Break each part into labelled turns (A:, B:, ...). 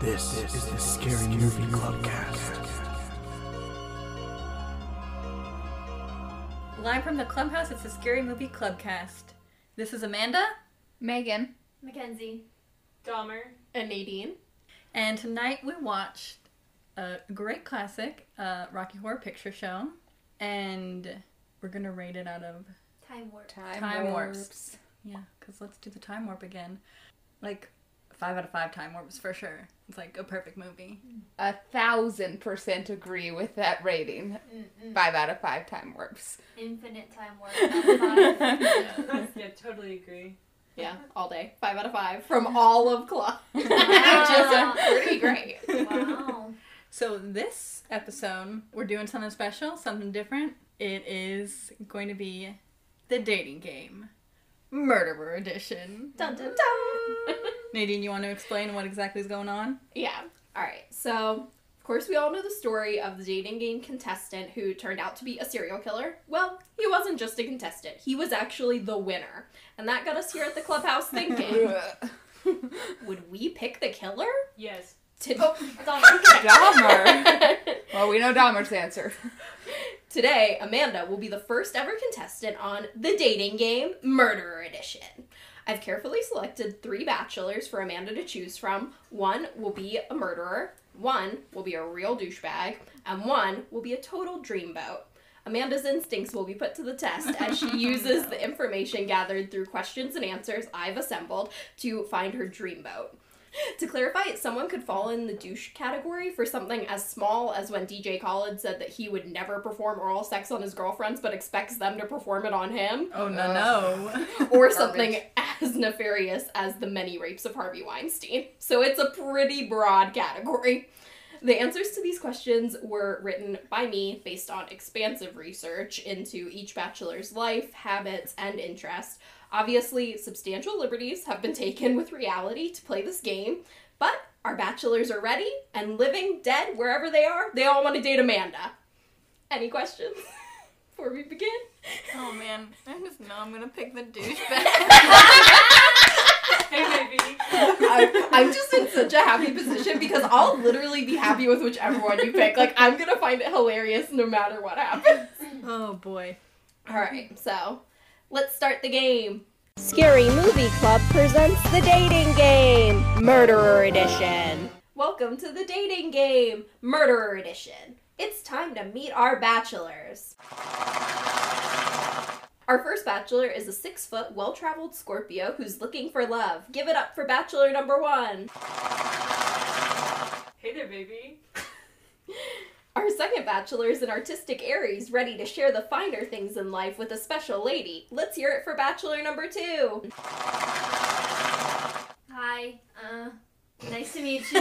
A: This, this is the Scary, Movie Clubcast.
B: Live from the clubhouse, it's the Scary Movie Clubcast. This is Amanda,
C: Megan.
D: Mackenzie.
E: and Nadine.
B: and tonight we watched a great classic, uh, Rocky Horror Picture Show, and we're gonna rate it out of
D: Time warp.
C: Time,
B: Time warps. yeah, cause let's do the time warp again. Like five out of five time warps for sure. It's like a perfect movie.
C: A thousand percent agree with that rating. Five out of five time warps.
D: Mm, Infinite time warp.
F: yeah, totally agree.
E: Yeah, all day. Five out of five from all of club. Just pretty great.
D: wow.
B: So this episode, we're doing something special, something different. It is going to be the dating game, murderer edition.
D: Dun, dun,
B: Nadine, you want to explain what exactly is going on?
E: Yeah. All right. So, of course, we all know the story of the dating game contestant who turned out to be a serial killer. Well, he wasn't just a contestant, he was actually the winner. And that got us here at the clubhouse thinking would we pick the killer?
F: Yes.
E: Did-
C: Dahmer. Well, we know Dahmer's answer.
E: Today, Amanda will be the first ever contestant on the dating game Murderer Edition. I've carefully selected three bachelors for Amanda to choose from. One will be a murderer, one will be a real douchebag, and one will be a total dreamboat. Amanda's instincts will be put to the test as she uses the information gathered through questions and answers I've assembled to find her dreamboat. To clarify, someone could fall in the douche category for something as small as when DJ Khaled said that he would never perform oral sex on his girlfriends but expects them to perform it on him,
B: Oh no
C: Uh.
B: no!
E: or something as nefarious as the many rapes of Harvey Weinstein. So it's a pretty broad category. The answers to these questions were written by me based on expansive research into each bachelor's life, habits, and interests. Obviously, substantial liberties have been taken with reality to play this game, but our bachelors are ready and living, dead, wherever they are, they all want to date Amanda. Any questions before we begin?
B: Oh man, I just know I'm gonna pick the douche.
F: Hey, baby.
E: I, I'm just in such a happy position because I'll literally be happy with whichever one you pick. Like, I'm gonna find it hilarious no matter what happens.
B: oh boy.
E: Alright, so let's start the game.
G: Scary Movie Club presents The Dating Game, Murderer Edition.
E: Welcome to the dating game, Murderer Edition. It's time to meet our bachelors. Our first bachelor is a six foot, well traveled Scorpio who's looking for love. Give it up for bachelor number one.
F: Hey there, baby.
E: Our second bachelor is an artistic Aries ready to share the finer things in life with a special lady. Let's hear it for bachelor number two.
D: Hi. Uh, nice to meet you.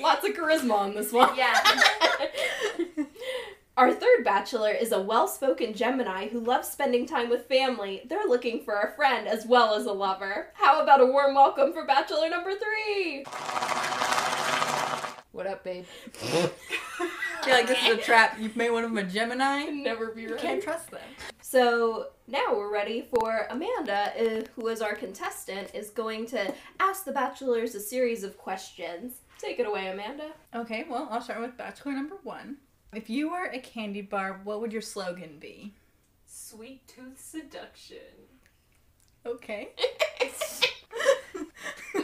E: Lots of charisma on this one.
D: yeah.
E: Our third bachelor is a well spoken Gemini who loves spending time with family. They're looking for a friend as well as a lover. How about a warm welcome for bachelor number three?
C: What up, babe?
B: You're like, this is a trap. You've made one of them a Gemini.
E: Never be
B: You can't trust them.
E: So now we're ready for Amanda, uh, who is our contestant, is going to ask the bachelors a series of questions. Take it away, Amanda.
B: Okay, well, I'll start with bachelor number one. If you were a candy bar, what would your slogan be?
F: Sweet tooth seduction.
B: Okay.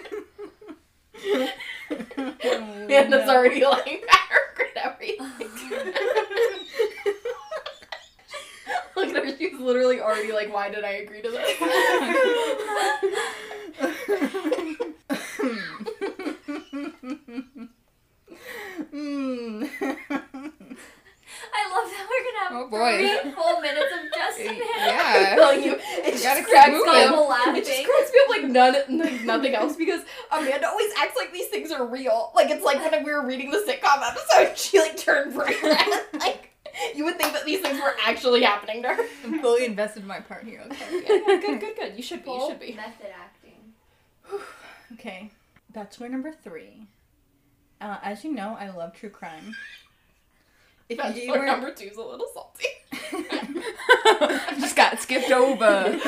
B: Man,
E: Amanda's already like, I regret everything. Look at her, she's literally already like, why did I agree to this?
D: I love that we're gonna have
C: Oh, boy.
D: three full minutes of just him.
C: Yeah.
E: like, you, it just
C: gotta keep
E: cracks me
C: moving.
E: up.
D: Double
E: It just
D: laughing.
E: cracks me up like none, like nothing else because Amanda always acts like these things are real. Like it's like when we were reading the sitcom episode, she like turned red. like you would think that these things were actually happening to her.
B: I'm fully invested in my part here, okay?
E: good, good, good. You should
D: Method acting.
B: Okay, bachelor number three. Uh, as you know, I love true crime. If you
E: Bachelor
B: were
E: number two's a little salty.
C: Just got skipped over.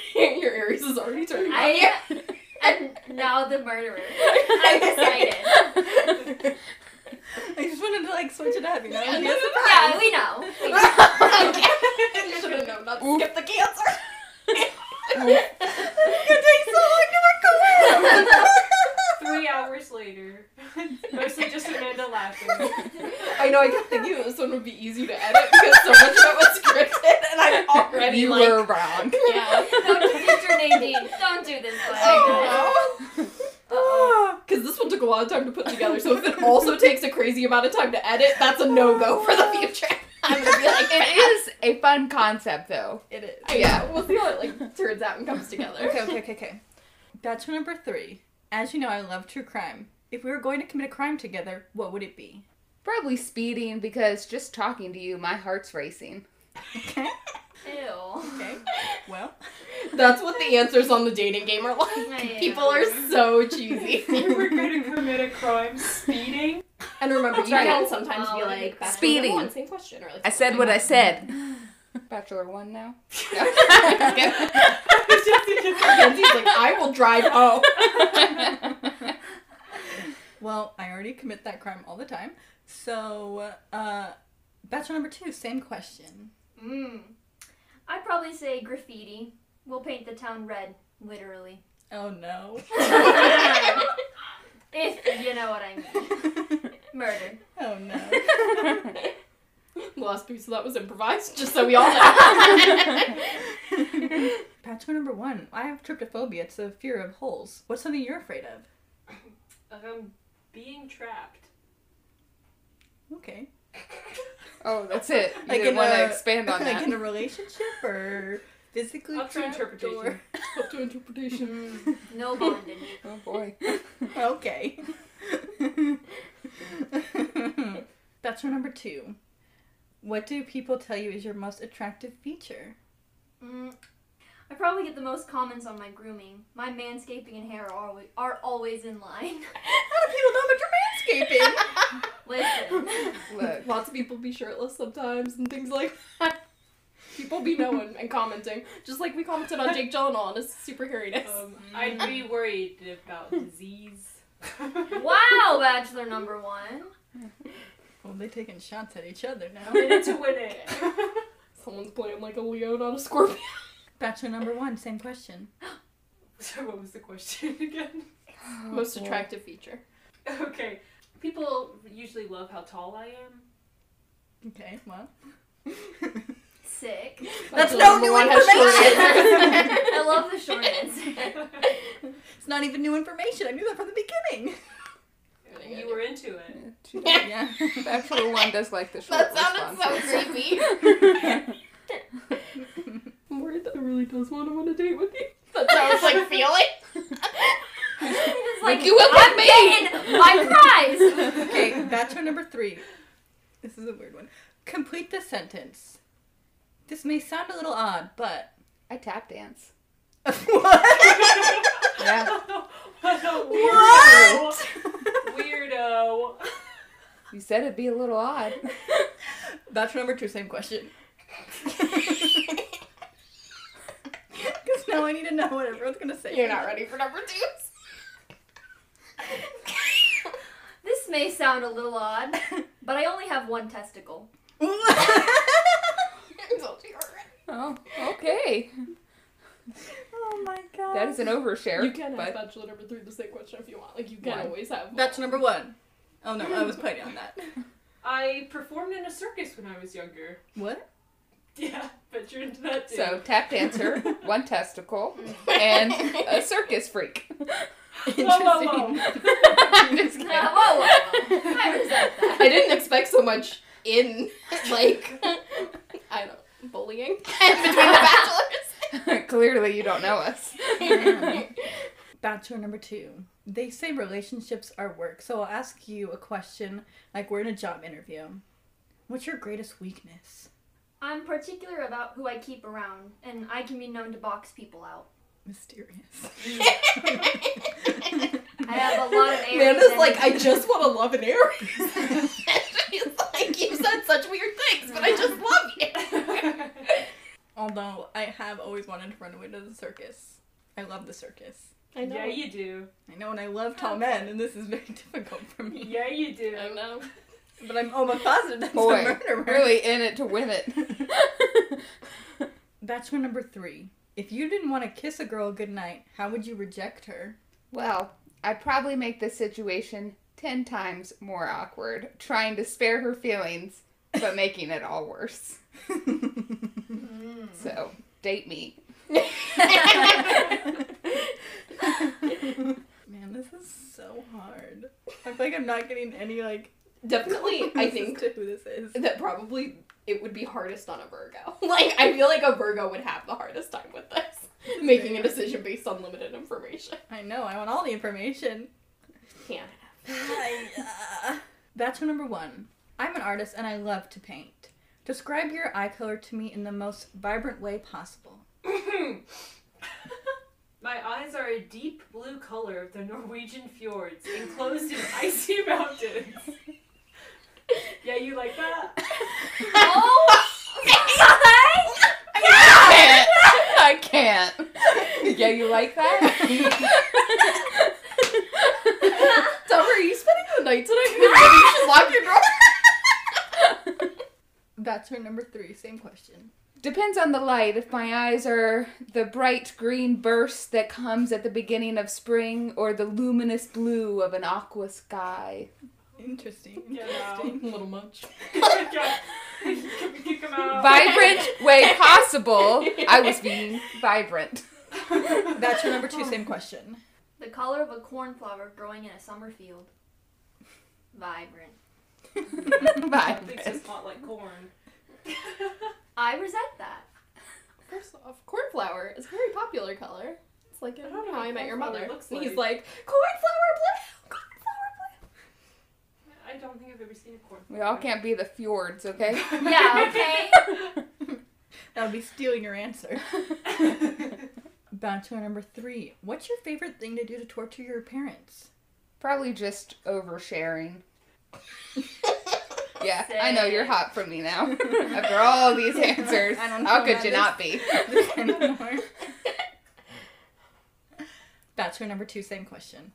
E: Your Aries is already turning.
D: I now the murderer. I'm excited.
B: I just wanted to like switch it up, you know?
D: yeah, we know. We know.
E: I should have known not to skip the cancer.
F: Three hours later, mostly just Amanda laughing.
E: I know. I kept thinking that this one would be easy to edit because so much of it was scripted, and I'm already
C: you
E: like,
C: were wrong.
E: yeah.
D: Don't defeat your Nadine. Don't do this
E: Oh,
D: one.
B: Ah!
E: Because this one took a lot of time to put together, so if it also takes a crazy amount of time to edit, that's a no go for the future. I'm gonna be like,
C: It is a fun concept, though.
B: It is.
E: I
C: Yeah.
E: know. We'll see how it like turns out and comes together.
B: Okay, okay, okay, okay. Bachelor number three. As you know, I love true crime. If we were going to commit a crime together, what would it be?
C: Probably speeding because just talking to you, my heart's racing.
D: Ew.
B: Okay. Well,
E: That's what the answers on the dating game are like.
D: I
E: People are so cheesy.
F: We're gonna commit a crime speeding.
E: and remember, you
D: right.
E: can sometimes be
D: Oh,
E: like bachelor
C: Speeding.
E: number one, same question. Or like,
C: said. Bachelor one now.
E: Mackenzie's like, I will drive home.
B: well, I already commit that crime all the time. So, uh, bachelor number two, same question.
D: Mm. I'd probably say graffiti. We'll paint the town red, literally.
B: Oh no.
D: if you know what I mean. Murder.
B: Oh no.
E: The last piece of that was improvised, just so we all know.
B: Bachelor number one. I have tryptophobia. It's the fear of holes. What's something you're afraid of?
F: Um, being trapped.
B: Okay.
C: Oh, that's it. You
B: Like in
C: didn't want
B: a-
C: to expand on
B: like
C: that.
B: in a relationship or physically
F: Up to
B: trapped
F: interpretation.
B: or-
E: Up to interpretation.
D: No bonding.
C: oh boy.
B: okay. Bachelor number two. What do people tell you is your most attractive feature?
D: Mm. I probably get the most comments on my grooming. My manscaping and hair are always, are always in line.
B: How do people know about your manscaping?
D: Listen.
C: Look.
E: Lots of people be shirtless sometimes and things like that. People be knowing and commenting, just like we commented on Jake Gyllenhaal and his superheriness.
F: Um, I'd be worried about disease.
D: Wow, bachelor number one.
B: well, they're taking shots at each other now.
F: In it to win it.
E: Someone's playing like a Leon on a scorpion.
B: Bachelor number one, same question.
F: so what was the question again?
E: Most attractive feature.
F: Okay. People usually love how tall I am.
B: Okay, well.
D: Sick.
E: That's no new information.
D: I love the short answer.
B: It's not even new information. I knew that from the beginning.
F: you were into it.
B: yeah.
C: Bachelor one does like the
E: That
C: short
E: sounded so
C: responses.
E: creepy. I'm worried that really does want to want to date with you. That sounds like feeling.
D: It's like,
E: you will get me.
D: getting my prize.
B: Okay, bachelor number three. This is a weird one. Complete the sentence. This may sound a little odd, but.
C: I tap dance.
B: what?
C: Yeah.
F: what a weirdo. Weirdo.
C: You said it'd be a little odd.
B: Bachelor number two, same question. Because now I need to know what everyone's gonna say.
E: You're not ready for number twos.
D: This may sound a little odd, but I only have one testicle.
B: Oh
E: I told you already.
C: Oh, okay.
B: oh my god.
C: That is an overshare.
E: You can have
C: but
E: bachelor number three the same question if you want. Like you can
C: One.
E: always have.
B: Bachelor number one. Oh no, I was playing on that.
F: I performed in a circus when I was younger.
B: What?
F: Yeah, but you're into that too.
C: so tap dancer, one testicle, and a circus freak.
F: whoa, whoa, whoa.
C: I'm just kidding.
D: Yeah, whoa, whoa, whoa. I resent that.
E: I didn't expect so much in like I don't bullying and between the bachelors.
C: Clearly, you don't know us.
B: Bachelor number two. They say relationships are work, so I'll ask you a question like we're in a job interview. What's your greatest weakness?
D: I'm particular about who I keep around, and I can be known to box people out.
B: Mysterious.
D: I have a lot of areas.
E: Amanda's like, I just want to love an Aries. She's like, you said such weird things, but I just love you.
B: Although I have always wanted to run away to the circus. I love the circus.
E: I know.
F: Yeah, you do.
B: I know, and I love tall men, and this is very difficult for me.
F: Yeah, you do.
E: I know.
B: But I'm almost positive that's
C: Boy,
B: a murderer.
C: Really in it to win it.
B: Bachelor number three. If you didn't want to kiss a girl goodnight, how would you reject her?
C: well, I'd probably make this situation ten times more awkward, trying to spare her feelings, but making it all worse.
E: Mm-hmm.
C: So, date me.
B: Man, this is so hard. I feel like I'm not getting any like.
E: Definitely, I
B: clues
E: think
B: to who this is.
E: that probably it would be hardest on a Virgo. Like, I feel like a Virgo would have the hardest time with this, making a decision based on limited information.
B: I know. I want all the information.
E: Can't.
B: Bachelor number one. I'm an artist and I love to paint. Describe your eye color to me in the most vibrant way possible.
F: My eyes are a deep blue color of the Norwegian fjords, enclosed in icy mountains. yeah, you like that?
C: I can't. Yeah, you like that?
E: Dumber, are you spending the night tonight? Maybe you should lock your door.
B: Bachelor number three. Same question.
C: Depends on the light. If my eyes are the bright green burst that comes at the beginning of spring or the luminous blue of an aqua sky.
B: Interesting.
F: Yeah, no.
E: A little much.
F: yeah. Kick 'em
E: Oh.
F: out.
C: Vibrant way possible. I was being vibrant.
B: Bachelor number two. Same question.
D: The color of a cornflower growing in a summer field. Vibrant.
F: Things just
C: Vibrant.
F: not like corn.
D: I resent that.
E: First off, cornflower is a very popular color. It's like I
F: don't know
E: how
F: what
E: I met your
F: cornflower
E: mother.
F: looks
E: And he's like
F: like.
E: cornflower blue, cornflower blue.
F: I don't think I've ever seen a corn.
C: We all can't be the fjords, okay?
D: Yeah, okay.
B: That would be stealing your answer. Bachelor number three. What's your favorite thing to do to torture your parents?
C: Probably just oversharing. Yeah, I know you're hot from me now. After all these answers,
B: I don't
C: how
B: know
C: could
B: about
C: you
B: this.
C: not be?
B: anymore. Bachelor number two. Same question.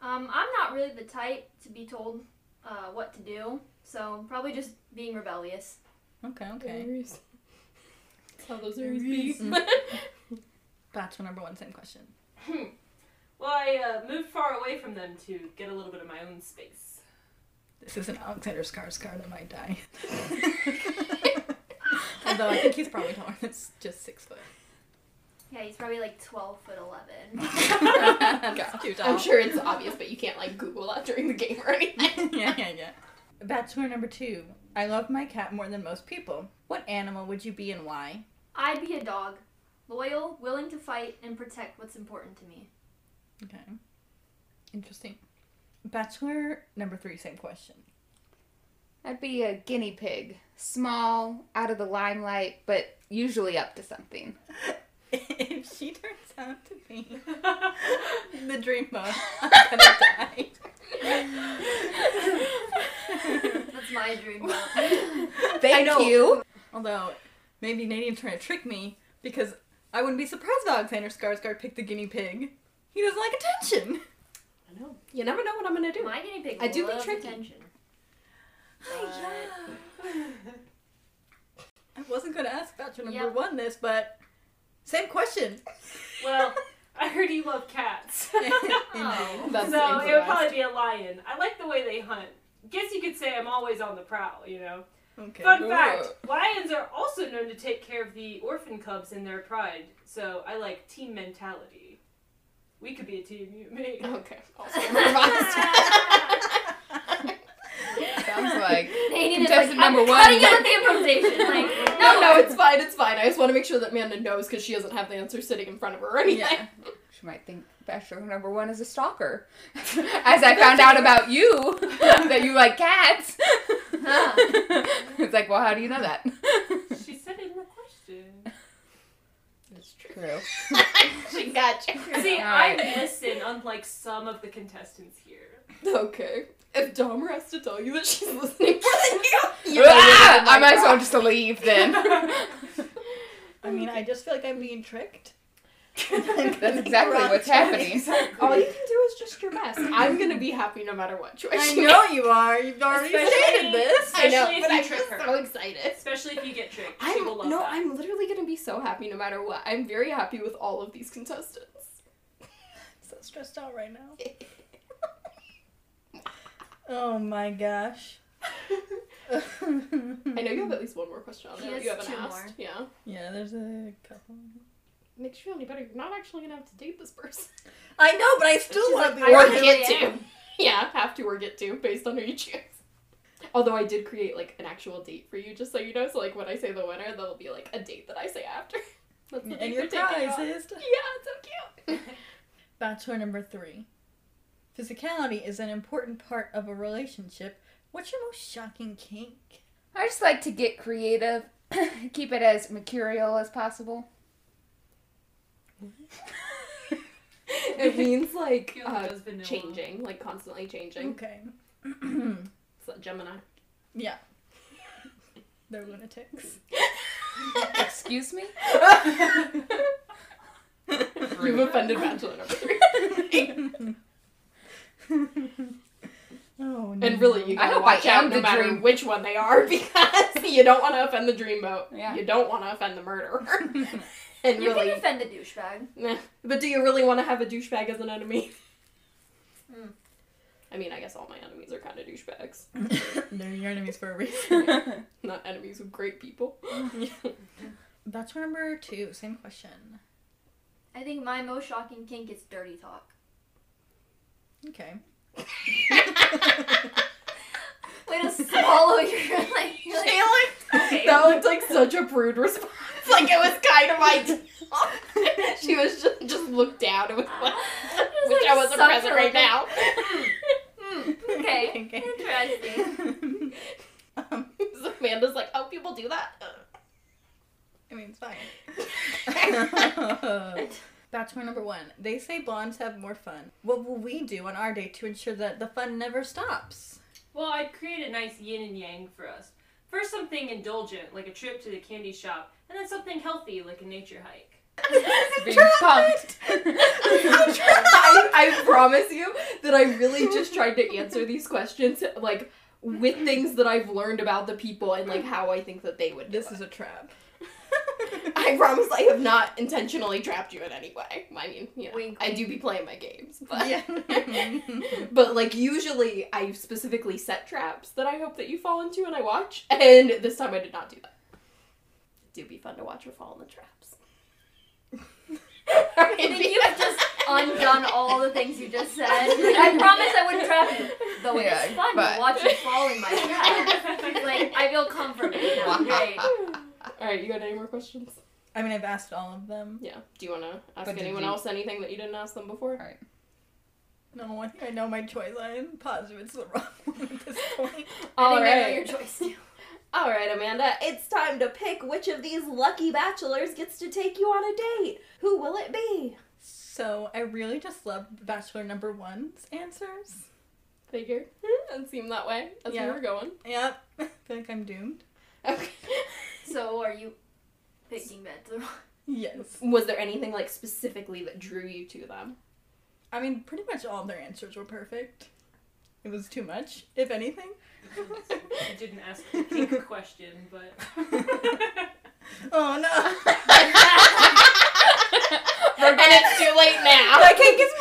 D: Um, I'm not really the type to be told uh, what to do, so probably just being rebellious.
B: Okay. Okay.
E: Aries. That's how those Aries be.
B: Bachelor number one. Same question.
F: Well, I uh, moved far away from them to get a little bit of my own space.
B: This is an Alexander Skarsgård that might die. Although I think he's probably taller than s- just six foot.
D: Yeah, he's probably like 12 foot 11.
B: That's too tall.
E: I'm sure it's obvious, but you can't like Google that during the game or anything.
B: yeah, yeah, yeah. Bachelor number two. I love my cat more than most people. What animal would you be and why?
D: I'd be a dog. Loyal, willing to fight, and protect what's important to me.
B: Okay. Interesting. Bachelor number three, same question.
C: I'd be a guinea pig. Small, out of the limelight, but usually up to something.
B: if she turns out to be the dream bug, I'm gonna die.
D: That's my dream. though.
C: Thank you.
B: Although, maybe Nadine's trying to trick me because I wouldn't be surprised if Alexander Skarsgård picked the guinea pig. He doesn't like attention.
E: I know. You never know what I'm gonna do.
D: My guinea pig
E: I do be
D: loves
E: tricky.
D: attention.
B: I wasn't gonna ask Bachelor number
D: Yep.
B: one this, but same question.
F: Well, I heard you love cats.
D: Oh.
E: That's
F: so it would
E: improvised.
F: probably be a lion. I like the way they hunt. Guess you could say I'm always on the prowl, you know.
B: Okay.
F: Fun fact: lions are also known to take care of the orphan cubs in their pride. So I like team mentality. We could be a team, you and me.
E: Okay. Also improvised.
C: Sounds like
D: Nadine is like,
C: contestant
D: I'm
C: number
D: cutting
C: one.
D: out the improvisation. Like,
E: No, no, it's fine, it's fine. I just want to make sure that Amanda knows because she doesn't have the answer sitting in front of her or anything.
B: Yeah.
C: She might think bachelor number one is a stalker. As I found out about you, that you like cats. it's like, well, how do you know that?
F: She said it in the question.
E: That's true.
C: True.
E: she got you.
F: See,
C: Alright.
F: I listen, unlike some of the contestants here.
E: Okay. If Dahmer has to tell you that she's listening more than you, you
C: Ah, I might as well just leave then.
B: I mean, I just feel like I'm being tricked.
C: That's exactly
E: Wrong choice.
C: what's happening.
E: All you can do is just your best. I'm gonna be happy no matter what choice.
B: I
E: you
B: know you are. You've already
F: Especially-
B: stated this.
E: make. I know,
F: Especially if
E: but
F: you
E: I'm
F: trip
E: just
F: her.
E: so excited.
F: Especially if you get tricked. She
E: I'm
F: will love
E: no,
F: that.
E: I'm literally gonna be so happy no matter what. I'm very happy with all of these contestants.
B: so stressed out right now. Oh my gosh.
E: I know you have at least one more question on
D: She
E: there. that
D: has
E: You haven't
D: two
E: asked.
D: more.
E: Yeah.
B: yeah, there's a couple.
E: Makes you feel any better. You're not actually gonna have to date this person.
B: I know, but I still
D: She's
B: want to
D: like,
B: be
D: I
E: or
B: with
D: really
B: you.
E: get
D: am.
E: to. Yeah, have to or get to based on who you choose. Although I did create like an actual date for you, just so you know. So like when I say the winner, there'll be like a date that I say after. That's the date
B: And your
E: they're taking
B: prize
E: on.
B: is
E: Yeah, it's so cute.
B: Bachelor number three. Physicality is an important part of a relationship. What's your most shocking kink?
C: I just like to get creative, keep it as mercurial as possible.
E: it means like
F: Feel
E: uh,
F: those vanilla.
E: changing, like constantly changing.
B: Okay.
E: It's like Gemini.
B: yeah. They're lunatics.
C: Excuse me?
B: Oh,
E: You've offended Bachelor number three.
B: Oh, no.
E: And really, you
C: I
E: gotta
C: hope I
E: watch
C: am
E: out no
C: the
E: matter
C: dream.
E: which one they are because you don't want to offend the dreamboat.
C: Yeah.
E: You don't want to offend the murderer. and
D: You
E: really,
D: can offend the douchebag.
E: Meh. But do you really want to have a douchebag as an enemy?
D: Mm.
E: I mean, I guess all my enemies are kind of douchebags.
B: They're your enemies for a reason.
E: Not enemies of great people.
B: Bachelor number two, same question.
D: I think my most shocking kink is dirty talk.
B: Okay.
D: Way to swallow your like. You're like
E: that looked like such a prude response. Like it was kind of ideal. she was just just looked down. It was like,
D: Just,
E: which
D: like,
E: I wasn't
D: sucked
E: present
D: her
E: right
D: up.
E: now.
D: okay. Interesting.
B: um,
E: So Amanda's like, oh, people do that.
B: I mean, it's fine. Bachelor number one. They say blondes have more fun. What will we do on our day to ensure that the fun never stops?
F: Well, I'd create a nice yin and yang for us. First, something indulgent, like a trip to the candy shop, and then something healthy, like a nature hike.
C: Being punked.
E: I, I promise you that I really just tried to answer these questions like with things that I've learned about the people and like how I think that they would.
B: This
E: do
B: is
E: it.
B: a trap.
E: I promise I have not intentionally trapped you in any way. I mean, you know,
D: Wink,
E: I do be playing my games, but
B: Yeah.
E: but like usually I specifically set traps that I hope that you fall into and I watch, and this time I did not do that. It do be fun to watch her fall in the traps.
D: I think you've just undone all the things you just said. I promise I wouldn't trap you. Though
C: Yeah,
D: it's fun
C: but-
D: to watch you fall in my trap. Like, I feel comforted now. Great.
E: All right, you got any more questions?
B: I mean, I've asked all of them.
E: Yeah. Do you want to ask
C: But did
E: anyone
C: you-
E: else anything that you didn't ask them before?
B: No, I think I know my choice. I'm positive it's the wrong one at this point.
D: I
E: All
D: think I know your
E: right.
D: choice now.
E: All right, Amanda. It's time to pick which of these lucky bachelors gets to take you on a date. Who will it be?
B: So I really just love Bachelor number one's answers.
E: Figure. And Hmm, seem that way as
B: Yeah.
E: we were going.
B: Yep. I feel like I'm doomed.
E: Okay.
D: So, are you picking Bachelor?
B: Yes.
E: Was there anything like specifically that drew you to them?
B: I mean, pretty much all their answers were perfect. It was too much, if anything.
F: I didn't ask the pink question, but
B: Oh no!
E: and it's too late now.
B: My cake is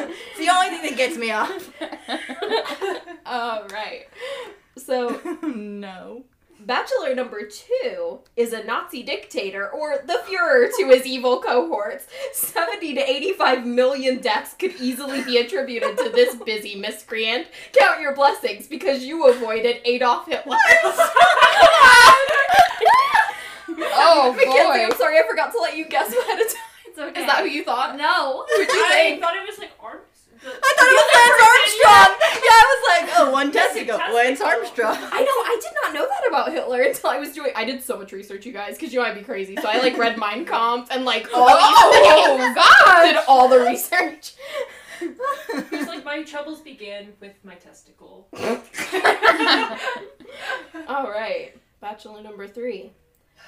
B: murder! it's the only thing that gets me off.
E: All right. So,
B: no.
E: Bachelor number two is a Nazi dictator or the Fuhrer to his evil cohorts. 70 to 85 million deaths could easily be attributed to this busy miscreant. Count your blessings because you avoided Adolf Hitler.
C: Oh,
E: Mackenzie,
C: boy.
E: I'm sorry, I forgot to let you guess ahead of time.
D: It's okay.
E: Is that who you thought?
D: No.
E: What'd you
F: I
E: think?
F: thought it was like arms. The,
B: I thought it was Lance Armstrong! Yeah, I was like, oh, one testicle,
F: testicle.
B: Lance Armstrong.
E: I know, I did not know that about Hitler until I was doing. I did so much research, you guys, because you know I'd be crazy. So I like read Mein Kampf and like all
C: Oh,
E: these God, did all the research.
F: it was like my troubles began with my testicle.
E: All right, Bachelor number three.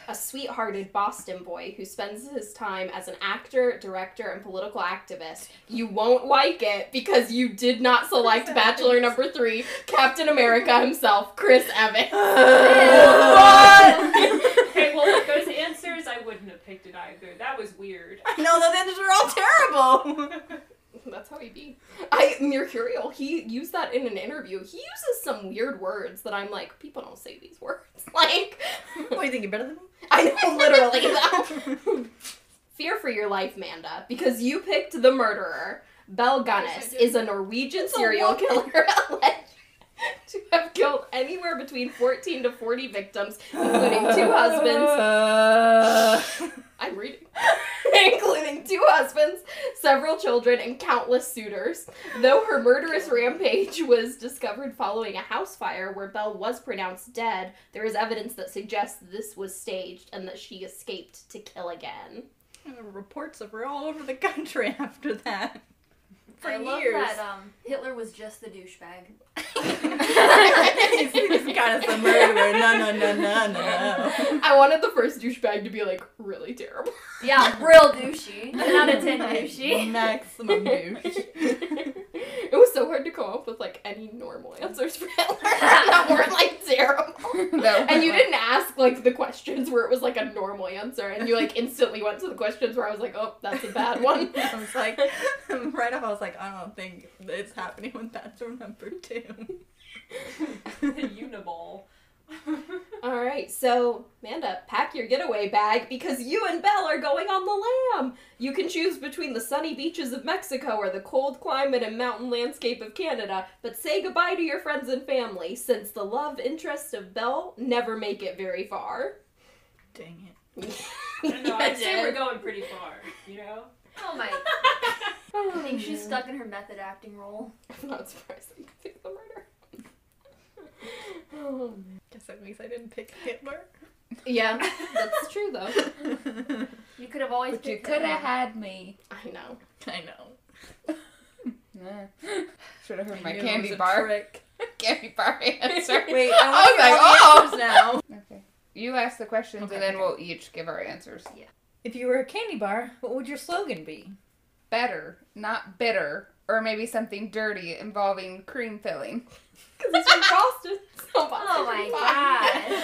E: a sweethearted Boston boy who spends his time as an actor, director, and political activist. You won't like it because you did not select Bachelor number three, Captain America himself, Chris Evans.
F: Okay, well, with those answers, I wouldn't have picked it either. That was weird.
B: No, those answers are all terrible.
E: That's how he be. I Mercurial, he used that in an interview. He uses some weird words that I'm like, people don't say these words. Like
B: what do you think? You're better than me?
E: I know literally though. Fear for your life, Manda, because you picked the murderer. Bel Gunnis is a Norwegian serial killer alleged to have killed anywhere between 14 to 40 victims, including two husbands, I'm reading. Including two husbands, several children, and countless suitors. Though her murderous rampage was discovered following a house fire where Belle was pronounced dead, there is evidence that suggests this was staged and that she escaped to kill again.
B: There were reports of her all over the country after that. For
D: I love
B: years.
D: that um, Hitler was just the douchebag.
B: he's, he's got us a murderer. No, no, no, no, no.
E: I wanted the first douchebag to be like really terrible.
D: Yeah, real douchey. Ten out of ten douchey.
B: Maximum douche.
E: it was so hard to come up with like any normal answers for Hitler that weren't like terrible. And you didn't ask like the questions where it was like a normal answer, and you like instantly went to the questions where I was like, oh, that's a bad one.
B: I was like, right off, I was like, I don't think it's happening with Bachelor number two.
F: Uniball.
E: All right, so Amanda, pack your getaway bag because you and Belle are going on the lam. You can choose between the sunny beaches of Mexico or the cold climate and mountain landscape of Canada, but say goodbye to your friends and family since the love interest of Belle never make it very far.
B: Dang it.
F: I don't know, I'd say we're going pretty far, you know?
D: Oh my. I think she's stuck in her method acting role.
E: I'm not surprised that you picked the murder. Oh, man.
B: Guess that means I didn't pick Hitler.
E: yeah, that's true though.
D: You could have always
C: But you
D: picked
C: could
D: Hitler.
C: have had me.
E: I know.
B: I know.
C: Should have heard my
B: I knew it
C: candy
B: was a
C: bar.
B: trick.
C: Candy bar answer.
B: Wait,
C: I was like,
B: I
C: oh.
B: was like, oh. Now.
C: Okay. You ask the questions
B: Okay,
C: and then
B: okay.
C: we'll each give our answers.
B: If you were a candy bar, what would your slogan be?
C: Better, not bitter, or maybe something dirty involving cream filling.
E: Because it's from Boston. So Boston.
D: Oh my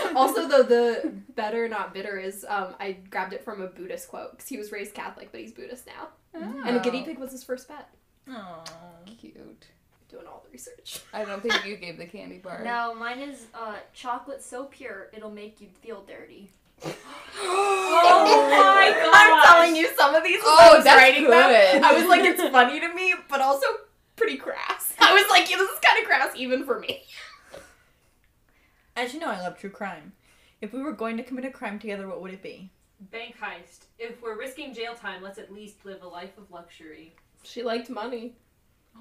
D: god.
E: Also, though, the better not bitter is um, I grabbed it from a Buddhist quote because he was raised Catholic, but he's Buddhist now. And a guinea pig was his first pet.
B: Oh.
C: Cute.
E: Doing all the research.
C: I don't think you gave the candy bar.
D: No, mine is uh, chocolate so pure it'll make you feel dirty.
F: Oh my god!
E: I'm telling you, some of these. as
C: Oh,
E: I was
C: that's
E: writing
C: good.
E: Them, I was like, it's funny to me, but also pretty crass. I was like, yeah, this is kind of crass even for me.
B: As you know, I love true crime. If we were going to commit a crime together, what would it be?
F: Bank heist. If we're risking jail time, let's at least live a life of luxury.
E: She liked money.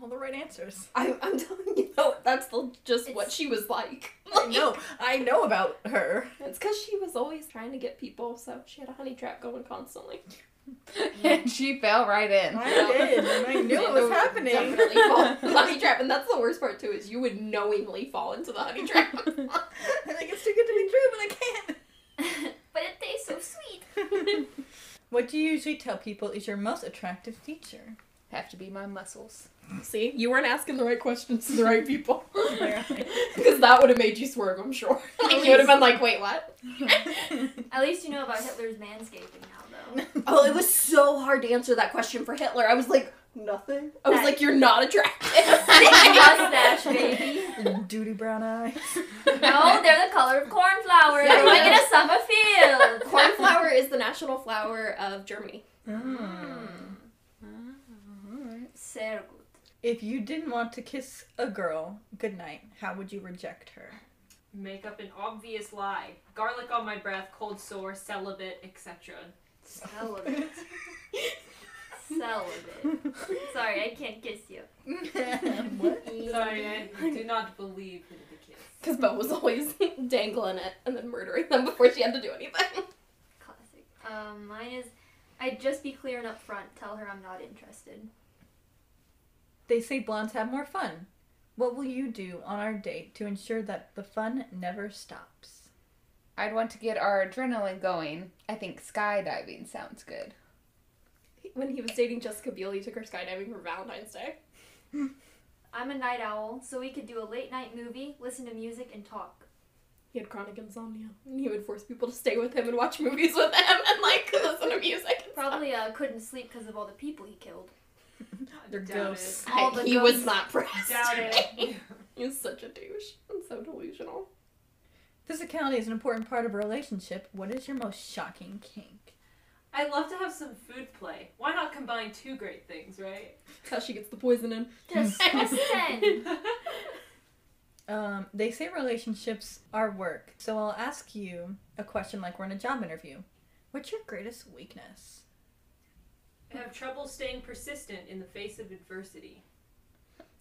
B: All the right answers.
E: I, I'm telling you, though, that's the, just what
D: It's-
E: she was like.
B: I know. I know about her.
E: It's because she was always trying to get people, so she had a honey trap going constantly.
C: and she fell right in.
B: I did, and I knew it was
E: would
B: happening.
E: Definitely fall into the honey trap, and that's the worst part too is you would knowingly fall into the honey trap.
B: I'm like, it's too good to be true, but I can't.
D: but it tastes so sweet.
B: What do you usually tell people is your most attractive feature?
C: Have to be my muscles.
E: See, you weren't asking the right questions to the right people,
B: Apparently.
E: because that would have made you swerve. I'm sure. Like, you would have been like, "Wait, what?"
D: At least you know about Hitler's manscaping now, though.
E: Oh, it was so hard to answer that question for Hitler. I was like, nothing. I was
D: That-
E: like, "You're not attractive."
D: Mustache, baby.
B: Duty brown eyes.
D: No, they're the color of cornflowers. They're like in a summer field.
E: Cornflower is the national flower of Germany.
B: Mm.
D: Sehr gut.
B: If you didn't want to kiss a girl goodnight, how would you reject her?
F: Make up an obvious lie. Garlic on my breath, cold sore, celibate, etc.
D: Celibate. Celibate. Sorry, I can't kiss you.
B: what?
F: Sorry, I do not believe in the kiss.
E: Because Bo was always dangling it and then murdering them before she had to do anything.
D: Classic. Um, mine is, I'd just be clear and upfront. Tell her I'm not interested.
B: They say blondes have more fun. What will you do on our date to ensure that the fun never stops?
C: I'd want to get our adrenaline going. I think skydiving sounds good.
E: When he was dating Jessica Biel, he took her skydiving for Valentine's Day.
D: I'm a night owl, so we could do a late night movie, listen to music, and talk.
E: He had chronic insomnia, and he would force people to stay with him and watch movies with him and like listen to music. and stuff.
D: Probably uh, couldn't sleep because of all the people he killed.
B: They're
F: Doubt
B: ghosts.
E: I-
D: all the
E: he was
D: ghosts.
E: not
F: it.
E: pressed.
F: Doubt it.
E: He's such a douche. and so delusional.
B: Physicality is an important part of a relationship. What is your most shocking kink?
F: I'd love to have some food play. Why not combine two great things, right?
E: That's how she gets the poison in.
D: Disgusting.
B: Um, they say relationships are work, so I'll ask you a question like we're in a job interview. What's your greatest weakness?
F: I have trouble staying persistent in the face of adversity.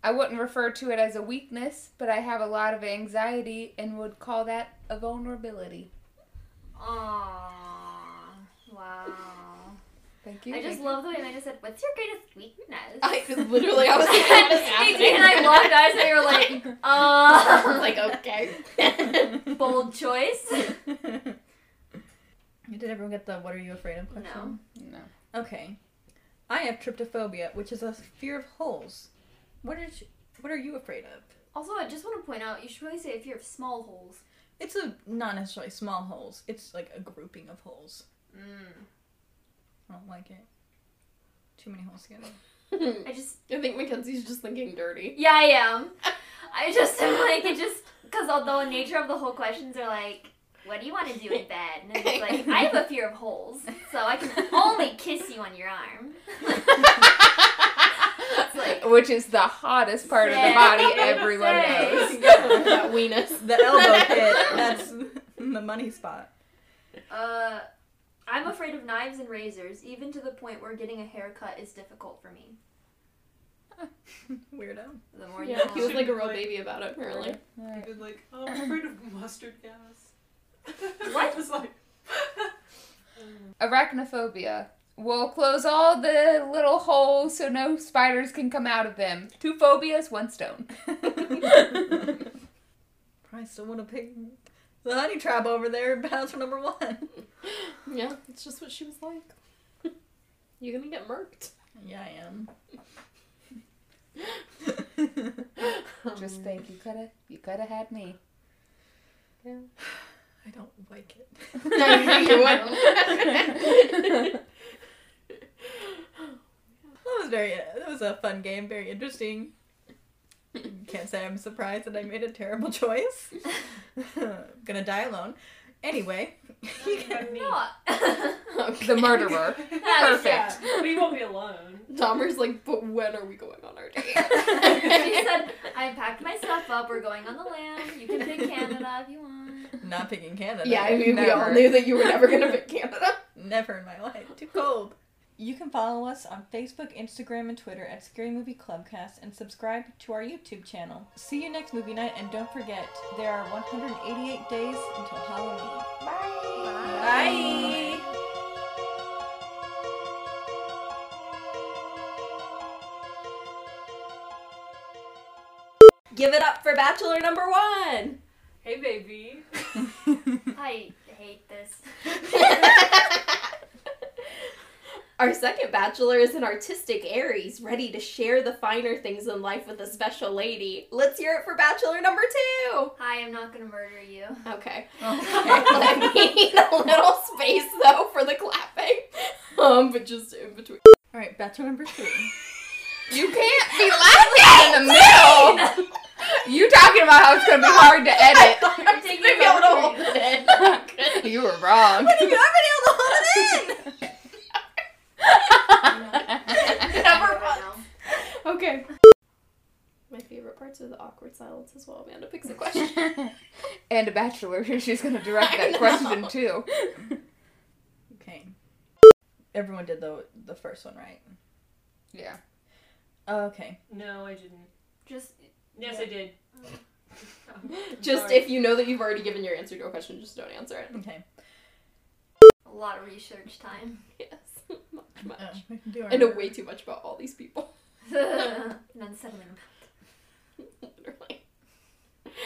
C: I wouldn't refer to it as a weakness, but I have a lot of anxiety and would call that a vulnerability.
D: Aww. Wow.
C: Thank you.
D: I just love the way Amanda said, "What's your greatest weakness?"
E: I literally, I was like, what is happening?
D: and I loved eyes that were like,
E: I was
D: uh,
E: like, okay.
D: bold choice.
B: Did everyone get the what are you afraid of
D: No.
B: question?
C: No.
B: Okay. I have tryptophobia, which is a fear of holes. What is what are you afraid of?
D: Also, I just want to point out, you should really say if you have small holes.
B: It's a not necessarily small holes. It's like a grouping of holes.
D: Mm.
B: I don't like it. Too many holes together.
D: I just,
E: I think Mackenzie's just thinking dirty.
D: yeah, I am. I just am like, it just, because although the nature of the whole questions are like, what do you want to do in bed? And it's just like, I have a fear of holes, so I can only kiss you on your arm. It's like,
C: Which is the hottest part of the
D: Say.
C: body everyone
D: Say.
C: knows.
E: that weenus.
B: The elbow pit. That's the money spot.
D: uh, I'm afraid of knives and razors, even to the point where getting a haircut is difficult for me.
B: Weirdo.
D: The more you
E: Yeah, he
D: know.
E: was like a real baby about it, apparently.
F: I've like, oh, I'm afraid of mustard gas.
D: What?
F: I was like,
C: Arachnophobia. We'll close all the little holes so no spiders can come out of them. Two phobias, one stone.
B: Probably still want to pick the honey trap over there. Bachelor number one.
E: Yeah, it's just what she was like. You're gonna get murked.
B: Yeah, I am.
C: Just
D: Um.
C: think, you coulda, you coulda had me.
B: I don't like it. That was very. That was a fun game. Very interesting. Can't say I'm surprised that I made a terrible choice. Gonna die alone. Anyway, you can-
F: me.
D: Not.
E: Um,
C: The murderer. Perfect.
F: Yeah, we won't be alone.
E: Dahmer's like, but when are we going on our date?
D: she said, I packed my stuff up. We're going on the lam. You can pick Canada if you want.
B: not picking Canada.
E: yeah, I mean, we
B: Never.
E: all knew that you were never gonna pick Canada.
B: Never in my life. Too cold. You can follow us on Facebook, Instagram, and Twitter at Scary Movie Clubcast and subscribe to our YouTube channel. See you next movie night and don't forget, there are 188 days until Halloween. Bye. Bye.
E: Give it up for Bachelor number one.
F: Hey, baby.
D: I hate this.
E: Our second bachelor is an artistic Aries, ready to share the finer things in life with a special lady. Let's hear it for bachelor number two.
D: Hi, I'm not gonna murder you.
E: Okay. Let me need a little space though for the clapping. Um, but just in between.
B: All right, bachelor number three.
C: You can't be laughing in the middle. You talking about how it's gonna be hard to edit.
D: You're taking
E: Maybe I'll
D: over.
E: hold it in. I'm good.
C: You were wrong.
E: You're already able to hold it in. Never
D: I don't know.
E: Okay. My favorite parts are the awkward silences while Amanda picks a question.
C: and a bachelor. She's gonna direct
E: I
C: that
E: know.
C: question too.
B: Okay. Everyone did the the first one, right? Oh,
C: Yeah.
B: Okay.
F: No, I didn't. Mm.
D: Just
F: Yes, I did.
E: Just if you know that you've already given your answer to a question, just don't answer it.
B: Okay.
D: a lot of research time.
E: Yes. Much, much.
B: Oh, we can do our
E: I know way too much about all these people.
D: and then settling.
E: Literally.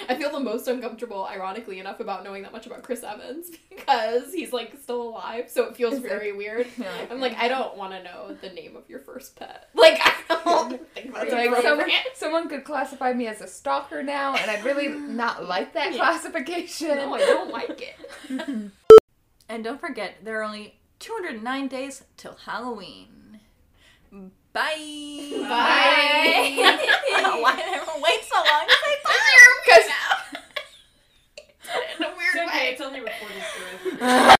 E: I feel the most uncomfortable, ironically enough, about knowing that much about Chris Evans because he's like still alive, so it feels very weird.
C: Yeah.
E: I'm like, I don't want to know the name of your first pet. Like, I don't think that's
C: Like,
E: appropriate.
C: someone, someone could classify me as a stalker now, and I'd really not like that
E: Yeah.
C: classification.
E: No, I don't like it.
B: And don't forget, there are only 209 days till Halloween. Bye.
E: Bye.